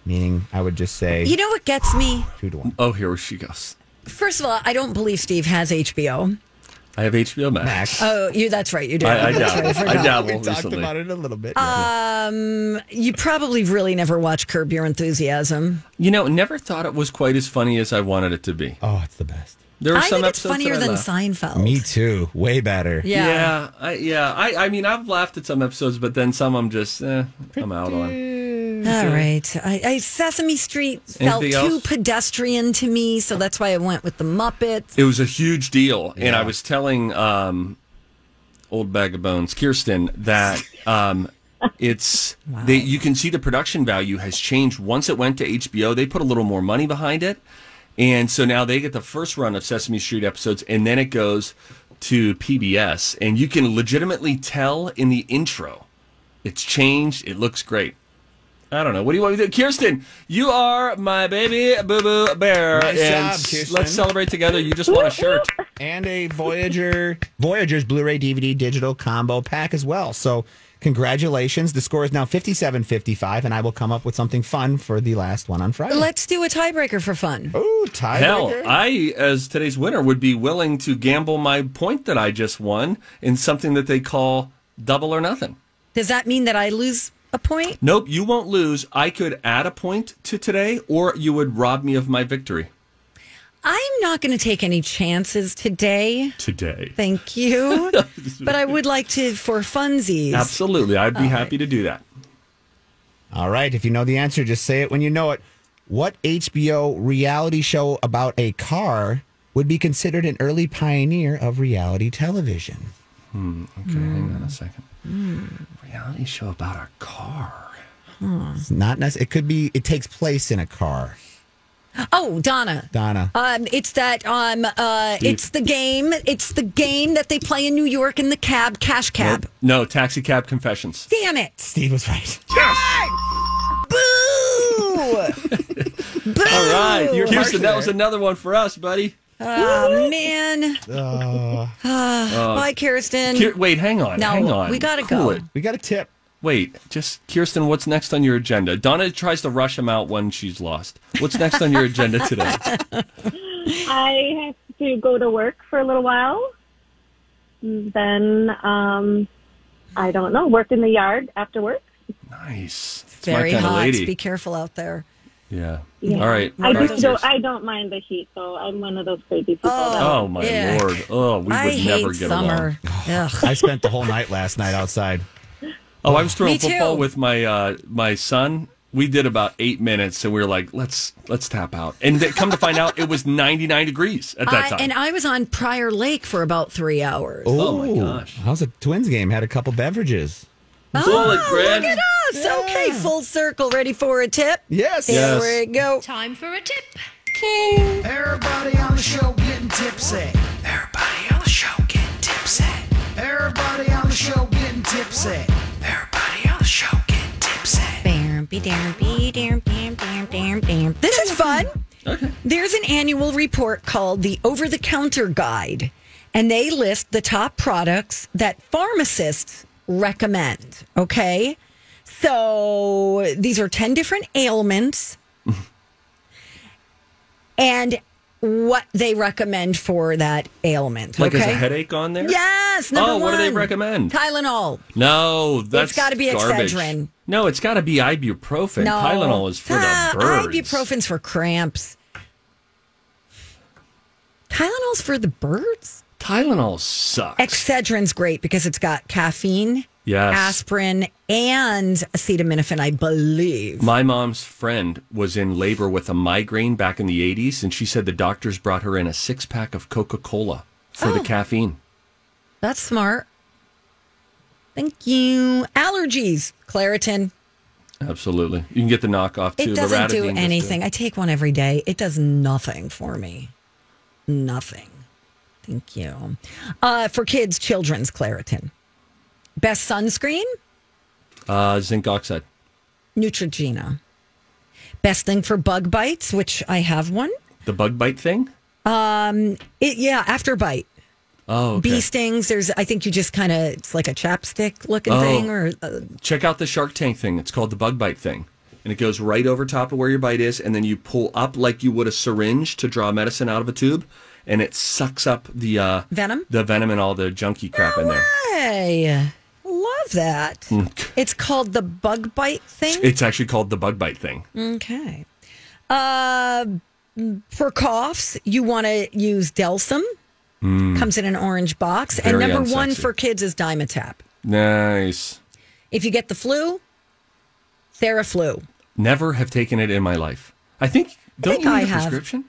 [SPEAKER 5] meaning I would just say
[SPEAKER 1] You know what gets me?
[SPEAKER 5] two to one.
[SPEAKER 3] Oh, here she goes.
[SPEAKER 1] First of all, I don't believe Steve has HBO.
[SPEAKER 3] I have HBO Max.
[SPEAKER 5] Max.
[SPEAKER 1] Oh, you that's right, you do.
[SPEAKER 3] I, I
[SPEAKER 1] That's
[SPEAKER 3] dabble.
[SPEAKER 1] right,
[SPEAKER 3] I
[SPEAKER 1] forgot.
[SPEAKER 3] dabble
[SPEAKER 5] we talked
[SPEAKER 3] recently.
[SPEAKER 5] about it a little bit.
[SPEAKER 1] You probably really never watch Curb Your Enthusiasm.
[SPEAKER 3] You know, never thought it was quite as funny as I wanted it to be.
[SPEAKER 5] oh, it's the best.
[SPEAKER 3] There were
[SPEAKER 1] I
[SPEAKER 3] some
[SPEAKER 1] think it's
[SPEAKER 3] episodes
[SPEAKER 1] funnier
[SPEAKER 3] that I
[SPEAKER 1] than
[SPEAKER 3] laughed.
[SPEAKER 1] Seinfeld.
[SPEAKER 5] Me too. Way better.
[SPEAKER 1] Yeah.
[SPEAKER 3] Yeah, I, yeah. I, I mean, I've laughed at some episodes, but then some I'm just, eh, I'm out on.
[SPEAKER 1] All right. I, I Sesame Street felt
[SPEAKER 3] Anything
[SPEAKER 1] too
[SPEAKER 3] else?
[SPEAKER 1] pedestrian to me, so that's why I went with the Muppets.
[SPEAKER 3] It was a huge deal, and I was telling um, old bag of bones Kirsten that um, it's they, you can see the production value has changed once it went to HBO. They put a little more money behind it, and so now they get the first run of Sesame Street episodes, and then it goes to PBS, and you can legitimately tell in the intro it's changed. It looks great. I don't know. What do you want me to do? Kirsten, you are my baby boo boo bear.
[SPEAKER 5] Nice
[SPEAKER 3] and
[SPEAKER 5] job,
[SPEAKER 3] s-
[SPEAKER 5] Kirsten.
[SPEAKER 3] Let's celebrate together. You just want a shirt.
[SPEAKER 5] and a Voyager Voyager's Blu-ray DVD digital combo pack as well. So congratulations. The score is now 57-55 and I will come up with something fun for the last one on Friday.
[SPEAKER 1] Let's do a tiebreaker for fun.
[SPEAKER 5] Ooh, tiebreaker.
[SPEAKER 3] Hell, I, as today's winner, would be willing to gamble my point that I just won in something that they call double or nothing.
[SPEAKER 1] Does that mean that I lose a point?
[SPEAKER 3] Nope, you won't lose. I could add a point to today, or you would rob me of my victory.
[SPEAKER 1] I'm not going to take any chances today.
[SPEAKER 3] Today.
[SPEAKER 1] Thank
[SPEAKER 3] (laughs)
[SPEAKER 1] you. but I would like to, for funsies.
[SPEAKER 3] Absolutely. I'd be happy to do that.
[SPEAKER 5] All right, if you know the answer just say it when you know it. What HBO reality show about a car would be considered an early pioneer of reality television?
[SPEAKER 3] Okay, hang on a second.
[SPEAKER 1] Hmm.
[SPEAKER 3] Reality show about a car.
[SPEAKER 5] It's not necessarily it could be it takes place in a car.
[SPEAKER 1] Oh, Donna.
[SPEAKER 5] Donna.
[SPEAKER 1] Um, it's that um, uh, it's the game. It's the game that they play in New York in the cab, cash cab.
[SPEAKER 3] No, Taxi Cab Confessions.
[SPEAKER 1] Damn it!
[SPEAKER 5] Steve was right. (laughs)
[SPEAKER 3] (laughs)
[SPEAKER 1] Boo! Boo!
[SPEAKER 3] All right,
[SPEAKER 5] You're
[SPEAKER 3] Kirsten,
[SPEAKER 5] partially
[SPEAKER 3] that was
[SPEAKER 1] Ah,
[SPEAKER 5] there.
[SPEAKER 3] another one for us, buddy.
[SPEAKER 1] Oh man!
[SPEAKER 3] Uh,
[SPEAKER 1] Hi, Kirsten.
[SPEAKER 3] Kier- wait, hang on.
[SPEAKER 1] No,
[SPEAKER 3] hang on.
[SPEAKER 1] we gotta
[SPEAKER 3] Cool
[SPEAKER 1] go.
[SPEAKER 3] it.
[SPEAKER 5] We got a tip.
[SPEAKER 3] Wait, just Kirsten, what's next on your agenda? Donna tries to rush him out when she's lost. What's next on your agenda
[SPEAKER 1] (laughs)
[SPEAKER 3] today?
[SPEAKER 9] I have to go to work for a little while. Then um, I don't know. Work in the yard after work.
[SPEAKER 3] Nice. It's my
[SPEAKER 1] Very
[SPEAKER 3] kinda
[SPEAKER 1] hot.
[SPEAKER 3] lady.
[SPEAKER 1] Be careful out there.
[SPEAKER 3] yeah.
[SPEAKER 9] Yeah.
[SPEAKER 3] All right.
[SPEAKER 9] I
[SPEAKER 3] All right,
[SPEAKER 9] just don't.
[SPEAKER 3] Kirsten.
[SPEAKER 9] I don't mind the heat, though. I'm one of those crazy people. that-
[SPEAKER 3] Oh my
[SPEAKER 1] Ick.
[SPEAKER 3] lord. Oh, we would
[SPEAKER 1] I hate
[SPEAKER 3] never get along. (sighs)
[SPEAKER 1] summer. Ugh.
[SPEAKER 5] I spent the whole night last night outside.
[SPEAKER 3] Oh, I was throwing
[SPEAKER 1] Me too.
[SPEAKER 3] football with my uh, my son. We did about eight minutes, and we were like, "Let's let's tap out." And th- come to find out, it was ninety nine degrees at that
[SPEAKER 1] I,
[SPEAKER 3] time.
[SPEAKER 1] and I was on Prior Lake for about three hours.
[SPEAKER 3] Oh, my gosh.
[SPEAKER 5] How's the Twins game? Had a couple beverages.
[SPEAKER 3] Bullet bread.
[SPEAKER 1] Oh, look at us. Okay, full circle. Ready for a tip?
[SPEAKER 5] Yes.
[SPEAKER 1] Here
[SPEAKER 3] Yes.
[SPEAKER 1] we go.
[SPEAKER 11] Time for a tip.
[SPEAKER 2] Everybody on the show getting tipsy. Everybody on the show getting tipsy. Everybody on the show getting tipsy. Everybody on the show getting tipsy.
[SPEAKER 1] This is fun. There's an annual report called the Over the Counter Guide, and they list the top products that pharmacists recommend. Okay. So these are 10 different
[SPEAKER 3] (laughs)
[SPEAKER 1] ailments and what they recommend for that ailment.
[SPEAKER 3] Like, is
[SPEAKER 1] okay.
[SPEAKER 3] a headache on there?
[SPEAKER 1] Yes. Number
[SPEAKER 3] Oh, what do they
[SPEAKER 1] one,
[SPEAKER 3] recommend?
[SPEAKER 1] Tylenol.
[SPEAKER 3] No, that's
[SPEAKER 1] gotta be
[SPEAKER 3] garbage.
[SPEAKER 1] Excedrin.
[SPEAKER 3] No, it's got to be ibuprofen.
[SPEAKER 1] No.
[SPEAKER 3] Tylenol is for
[SPEAKER 1] Ah,
[SPEAKER 3] the birds.
[SPEAKER 1] Ibuprofen's for cramps. Tylenol's for the birds.
[SPEAKER 3] Tylenol sucks.
[SPEAKER 1] Excedrin's great because it's got caffeine,
[SPEAKER 3] Yes.
[SPEAKER 1] aspirin, and acetaminophen, I believe.
[SPEAKER 3] My mom's friend was in labor with a migraine back in the 80s, and she said the doctors brought her in a six pack of Coca Cola for
[SPEAKER 1] Oh.
[SPEAKER 3] the caffeine.
[SPEAKER 1] That's smart. Thank you. Allergies, Claritin.
[SPEAKER 3] Absolutely. You can get the knockoff too.
[SPEAKER 1] It doesn't do
[SPEAKER 3] Loratadine does
[SPEAKER 1] anything. I take one every day. It does nothing for me. Nothing. Thank you. Uh, for kids, children's Claritin. Best sunscreen?
[SPEAKER 3] Uh, zinc oxide.
[SPEAKER 1] Neutrogena. Best thing for bug bites, which I have one.
[SPEAKER 3] The bug bite thing?
[SPEAKER 1] It, yeah, after bite.
[SPEAKER 3] Oh, okay.
[SPEAKER 1] Bee stings. There's, I think you just kind of, it's like a chapstick looking
[SPEAKER 3] Oh.
[SPEAKER 1] thing, or uh,
[SPEAKER 3] Check out the Shark Tank thing. It's called the bug bite thing. And it goes right over top of where your bite is, and then you pull up like you would a syringe to draw medicine out of a tube, and it sucks up the uh,
[SPEAKER 1] Venom?
[SPEAKER 3] the venom, and all the junky crap in there.
[SPEAKER 1] hey, love that.
[SPEAKER 3] Hmm.
[SPEAKER 1] It's called the bug bite thing.
[SPEAKER 3] It's actually called the bug bite thing.
[SPEAKER 1] okay. Uh, for coughs, you want to use Delsum. Comes in an orange box. and
[SPEAKER 3] Hmm. Very
[SPEAKER 1] number one
[SPEAKER 3] unsexy.
[SPEAKER 1] for kids is Dimetapp.
[SPEAKER 3] Nice.
[SPEAKER 1] If you get the flu, Theraflu.
[SPEAKER 3] Never have taken it in my life. I think. Don't
[SPEAKER 1] think
[SPEAKER 3] you need
[SPEAKER 1] I
[SPEAKER 3] a
[SPEAKER 1] have.
[SPEAKER 3] prescription?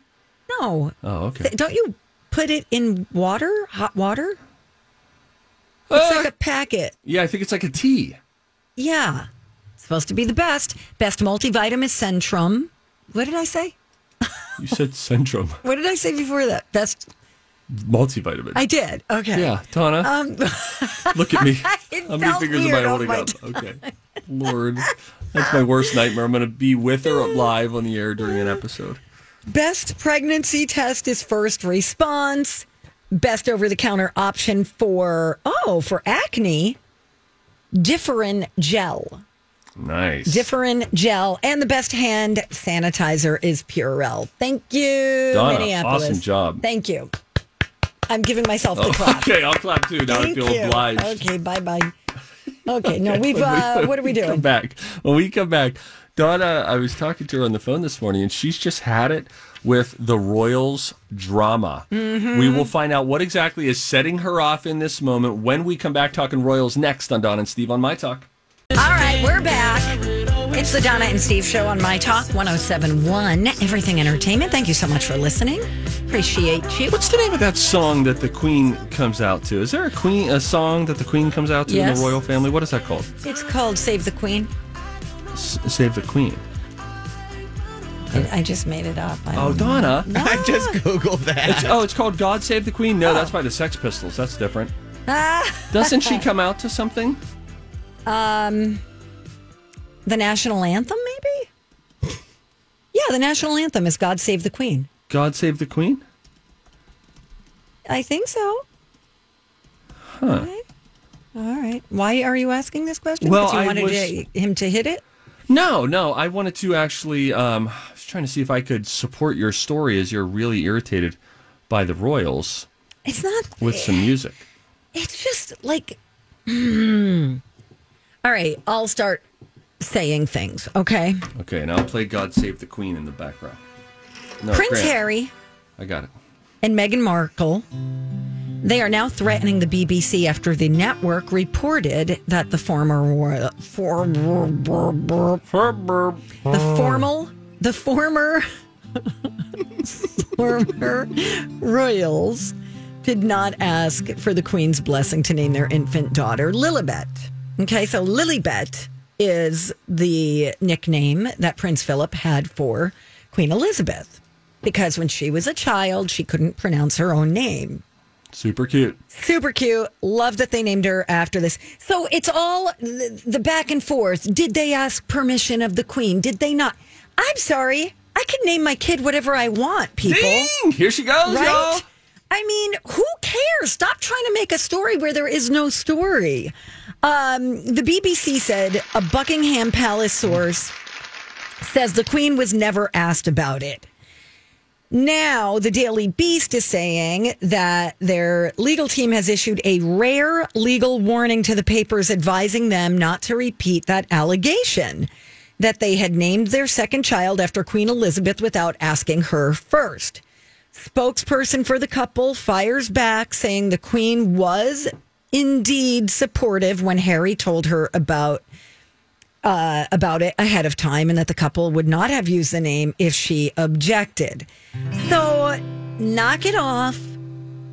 [SPEAKER 1] No,
[SPEAKER 3] Oh, okay.
[SPEAKER 1] Th- Don't you put it in water, hot water? It's like a packet.
[SPEAKER 3] yeah, I think it's like a tea.
[SPEAKER 1] Yeah. It's supposed to be the best. Best multivitamin is Centrum. What did I say?
[SPEAKER 3] You said (laughs) Centrum
[SPEAKER 1] What did I say before that? Best.
[SPEAKER 3] multivitamin.
[SPEAKER 1] I did. Okay.
[SPEAKER 3] yeah, Donna.
[SPEAKER 1] Um, (laughs)
[SPEAKER 3] Look at me.
[SPEAKER 1] It
[SPEAKER 3] How many
[SPEAKER 1] felt
[SPEAKER 3] fingers am I
[SPEAKER 1] weird on
[SPEAKER 3] holding
[SPEAKER 1] my
[SPEAKER 3] up? Okay. Lord. That's my worst nightmare. I'm going to be
[SPEAKER 1] (laughs)
[SPEAKER 3] with her live on the air during an episode.
[SPEAKER 1] best pregnancy test is first response. Best over the counter option for, oh, for acne, Differin gel.
[SPEAKER 3] Nice.
[SPEAKER 1] Differin gel and the best hand sanitizer is Purell. Thank you,
[SPEAKER 3] Donna,
[SPEAKER 1] Minneapolis.
[SPEAKER 3] awesome job.
[SPEAKER 1] Thank you. I'm giving myself the
[SPEAKER 3] Oh,
[SPEAKER 1] clap.
[SPEAKER 3] okay, I'll clap too. Now I
[SPEAKER 1] Thank
[SPEAKER 3] feel
[SPEAKER 1] you.
[SPEAKER 3] obliged.
[SPEAKER 1] Okay, bye bye. Okay,
[SPEAKER 3] (laughs)
[SPEAKER 1] no, we've.
[SPEAKER 3] When
[SPEAKER 1] Uh,
[SPEAKER 3] when
[SPEAKER 1] what are we
[SPEAKER 3] Come
[SPEAKER 1] doing?
[SPEAKER 3] back. When we come back, Donna, I was talking to her on the phone this morning, and she's just had it with the Royals drama.
[SPEAKER 1] Mm-hmm.
[SPEAKER 3] We will find out what exactly is setting her off in this moment when we come back talking Royals next on Don and Steve on My Talk.
[SPEAKER 1] All right, we're back. It's the Donna and Steve show on My Talk 1071, Everything Entertainment. Thank you so much for listening. Appreciate you.
[SPEAKER 3] What's the name of that song that the Queen comes out to? Is there a Queen a song that the Queen comes out to in
[SPEAKER 1] Yes.
[SPEAKER 3] the royal family? What is that called?
[SPEAKER 1] It's called Save the Queen.
[SPEAKER 3] S- Save the Queen.
[SPEAKER 1] I I just made it up. I
[SPEAKER 3] Oh,
[SPEAKER 1] don't know.
[SPEAKER 3] Donna. (laughs)
[SPEAKER 5] I just Googled that.
[SPEAKER 3] It's- oh, it's called God Save the Queen.
[SPEAKER 1] Oh.
[SPEAKER 3] No, that's by the Sex Pistols. That's different.
[SPEAKER 1] (laughs) Ah,
[SPEAKER 3] Doesn't she come out to something?
[SPEAKER 1] Um, the national anthem, maybe? Yeah, the national anthem is God Save the Queen.
[SPEAKER 3] God Save the Queen.
[SPEAKER 1] I think so.
[SPEAKER 3] Huh.
[SPEAKER 1] All right. Why are you asking this question?
[SPEAKER 3] Well,
[SPEAKER 1] 'Cause you
[SPEAKER 3] I
[SPEAKER 1] wanted
[SPEAKER 3] was-
[SPEAKER 1] to- him to hit it?
[SPEAKER 3] No, no. I wanted to actually. Um, I was trying to see if I could support your story as you're really irritated by the Royals
[SPEAKER 1] It's not.
[SPEAKER 3] with some music.
[SPEAKER 1] It's just like. mm. All right. I'll start saying things. Okay.
[SPEAKER 3] Okay, and I'll play "God Save the Queen" in the background. No,
[SPEAKER 1] Prince
[SPEAKER 3] Grant,
[SPEAKER 1] Harry.
[SPEAKER 3] I got it.
[SPEAKER 1] and Meghan Markle. They are now threatening the BBC after the network reported that the former royal, for, the formal, the former, former royals did not ask for the Queen's blessing to name their infant daughter Lilibet. Okay, so Lilibet is the nickname that Prince Philip had for Queen Elizabeth because when she was a child, she couldn't pronounce her own name.
[SPEAKER 3] Super cute.
[SPEAKER 1] Super cute. Love that they named her after this. So it's all the, the back and forth. Did they ask permission of the queen? Did they not? I'm sorry. I can name my kid whatever I want, people.
[SPEAKER 3] Ding! Here she goes,
[SPEAKER 1] right?
[SPEAKER 3] y'all.
[SPEAKER 1] I mean, who cares? Stop trying to make a story where there is no story. Um, the BBC said a Buckingham Palace source says the Queen was never asked about it. Now, the Daily Beast is saying that their legal team has issued a rare legal warning to the papers advising them not to repeat that allegation that they had named their second child after Queen Elizabeth without asking her first. Spokesperson for the couple fires back, saying the Queen was indeed supportive when Harry told her about uh, about it ahead of time and that the couple would not have used the name if she objected. So knock it off.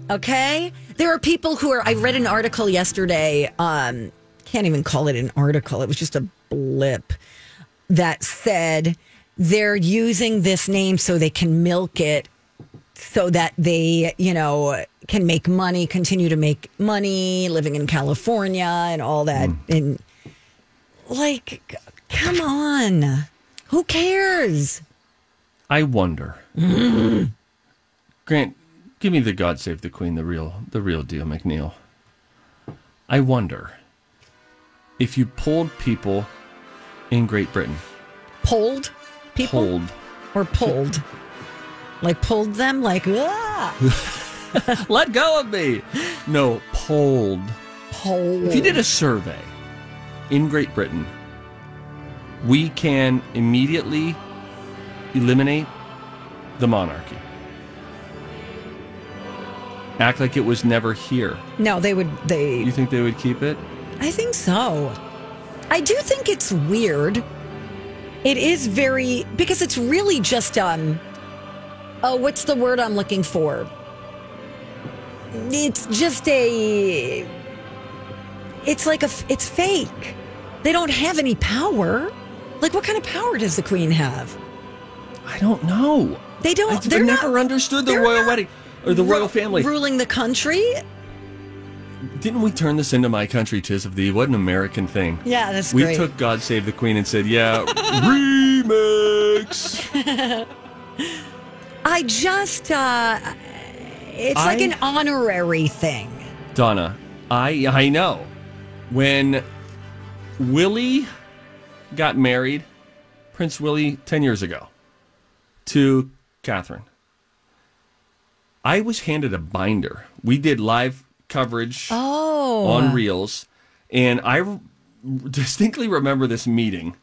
[SPEAKER 1] Okay? There are people who are I read an article yesterday, um, can't even call it an article, it was just a blip that said they're using this name so they can milk it so that they, you know, can make money, continue to make money living in California and all that. And like, c- come on. Who cares?
[SPEAKER 3] I wonder. Grant, give me the "God Save the Queen," the real, the real deal, McNeil. I wonder if you polled people in Great Britain,
[SPEAKER 1] Polled people
[SPEAKER 3] polled
[SPEAKER 1] or pulled? Like, pulled them? Like, ah,
[SPEAKER 3] Let go of me. No, polled.
[SPEAKER 1] polled.
[SPEAKER 3] If you did a survey in Great Britain, we can immediately eliminate the monarchy. Act like it was never here.
[SPEAKER 1] No, they would, they.
[SPEAKER 3] You think they would keep it?
[SPEAKER 1] I think so. I do think it's weird. It is very because it's really just um oh what's the word I'm looking for? It's just a it's like a f- it's fake. They don't have any power. Like what kind of power does the queen have?
[SPEAKER 3] I don't know.
[SPEAKER 1] They don't
[SPEAKER 3] I've
[SPEAKER 1] they're
[SPEAKER 3] never
[SPEAKER 1] not
[SPEAKER 3] understood the
[SPEAKER 1] they're
[SPEAKER 3] royal
[SPEAKER 1] not
[SPEAKER 3] wedding or the royal
[SPEAKER 1] ru-
[SPEAKER 3] family.
[SPEAKER 1] ruling the country?
[SPEAKER 3] Didn't we turn this into my country, tis of thee? What an American thing.
[SPEAKER 1] Yeah, that's
[SPEAKER 3] we
[SPEAKER 1] great.
[SPEAKER 3] took God Save the Queen and said, yeah, (laughs) remix.
[SPEAKER 1] I just uh it's like
[SPEAKER 3] I-
[SPEAKER 1] an honorary thing.
[SPEAKER 3] Donna, I I know. When Willie got married, Prince Willie ten years ago, to Catherine. I was handed a binder. We did live coverage
[SPEAKER 1] Oh.
[SPEAKER 3] on reels, and I r- distinctly remember this meeting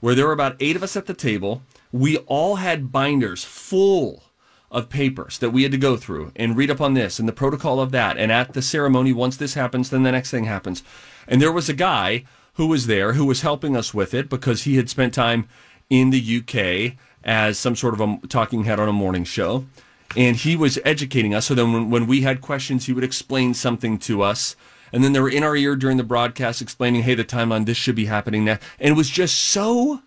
[SPEAKER 3] where there were about eight of us at the table. We all had binders full of papers that we had to go through and read up on this and the protocol of that. And at the ceremony, once this happens, then the next thing happens. And there was a guy who was there who was helping us with it because he had spent time in the UK as some sort of a talking head on a morning show. And he was educating us. So then when, when we had questions, he would explain something to us. And then they were in our ear during the broadcast explaining, hey, the timeline, this should be happening now. And it was just so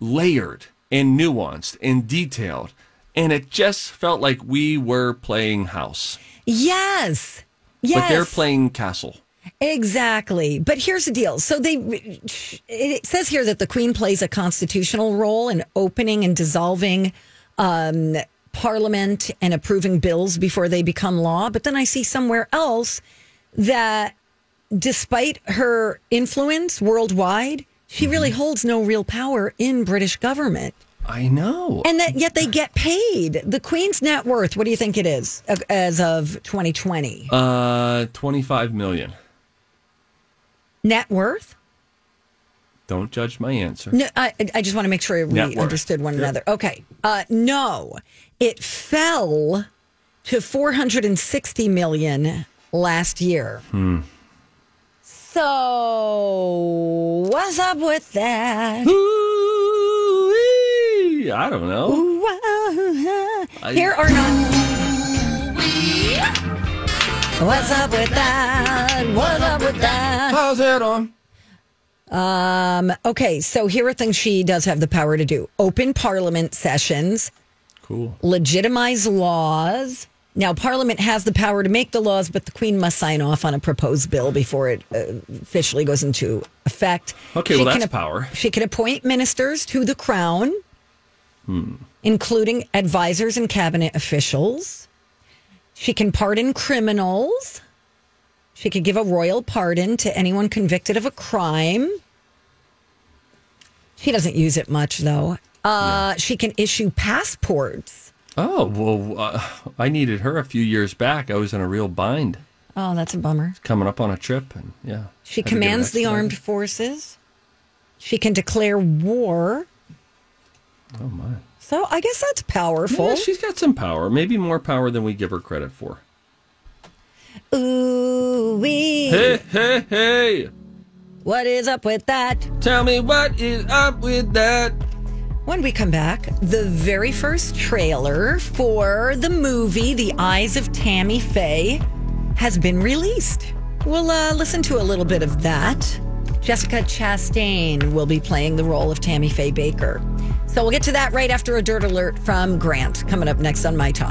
[SPEAKER 3] layered and nuanced and detailed. And it just felt like we were playing house,
[SPEAKER 1] Yes. Yes.
[SPEAKER 3] but they're playing castle.
[SPEAKER 1] Exactly. But here's the deal. So they it says here that the queen plays a constitutional role in opening and dissolving um parliament and approving bills before they become law, but then I see somewhere else that despite her influence worldwide, she
[SPEAKER 3] Mm-hmm.
[SPEAKER 1] really holds no real power in British government.
[SPEAKER 3] I know.
[SPEAKER 1] And that yet they get paid. The Queen's net worth, what do you think it is uh, as of 2020?
[SPEAKER 3] Uh, 25 million.
[SPEAKER 1] Net worth?
[SPEAKER 3] Don't judge my answer.
[SPEAKER 1] No, I, I just want to make sure we
[SPEAKER 3] Net worth.
[SPEAKER 1] understood one
[SPEAKER 3] Yep.
[SPEAKER 1] another. Okay. Uh, no, it fell to 460 million last year.
[SPEAKER 3] Hmm.
[SPEAKER 1] So, what's up with that?
[SPEAKER 3] Ooh-wee. I don't know.
[SPEAKER 1] Ooh, ah, ah.
[SPEAKER 3] I-
[SPEAKER 1] Here or not. What's up with that? What's up with that?
[SPEAKER 3] How's that on?
[SPEAKER 1] Um, okay, so here are things she does have the power to do open parliament sessions,
[SPEAKER 3] Cool.
[SPEAKER 1] legitimize laws. Now, Parliament has the power to make the laws, but the Queen must sign off on a proposed bill before it uh, officially goes into effect.
[SPEAKER 3] Okay, well,
[SPEAKER 1] can
[SPEAKER 3] that's power.
[SPEAKER 1] She can appoint ministers to the Crown, including advisors and cabinet officials. She can pardon criminals. She could give a royal pardon to anyone convicted of a crime. She doesn't use it much, though. Uh, She can issue passports.
[SPEAKER 3] Oh, well, uh, I needed her a few years back. I was in a real bind
[SPEAKER 1] Oh, that's a bummer.
[SPEAKER 3] coming up on a trip. And yeah.
[SPEAKER 1] She
[SPEAKER 3] had to get an
[SPEAKER 1] commands the
[SPEAKER 3] expedited-
[SPEAKER 1] armed forces. She can declare war.
[SPEAKER 3] Oh, my.
[SPEAKER 1] So I guess that's powerful.
[SPEAKER 3] Yeah, she's got some power, maybe more power than we give her credit for.
[SPEAKER 1] Ooh wee.
[SPEAKER 3] Hey, hey, hey!
[SPEAKER 1] What is up with that?
[SPEAKER 3] Tell me what is up with that?
[SPEAKER 1] When we come back, the very first trailer for the movie The Eyes of Tammy Faye has been released. We'll uh, listen to a little bit of that. Jessica Chastain will be playing the role of Tammy Faye Baker. So we'll get to that right after a dirt alert from Grant coming up next on My Talk.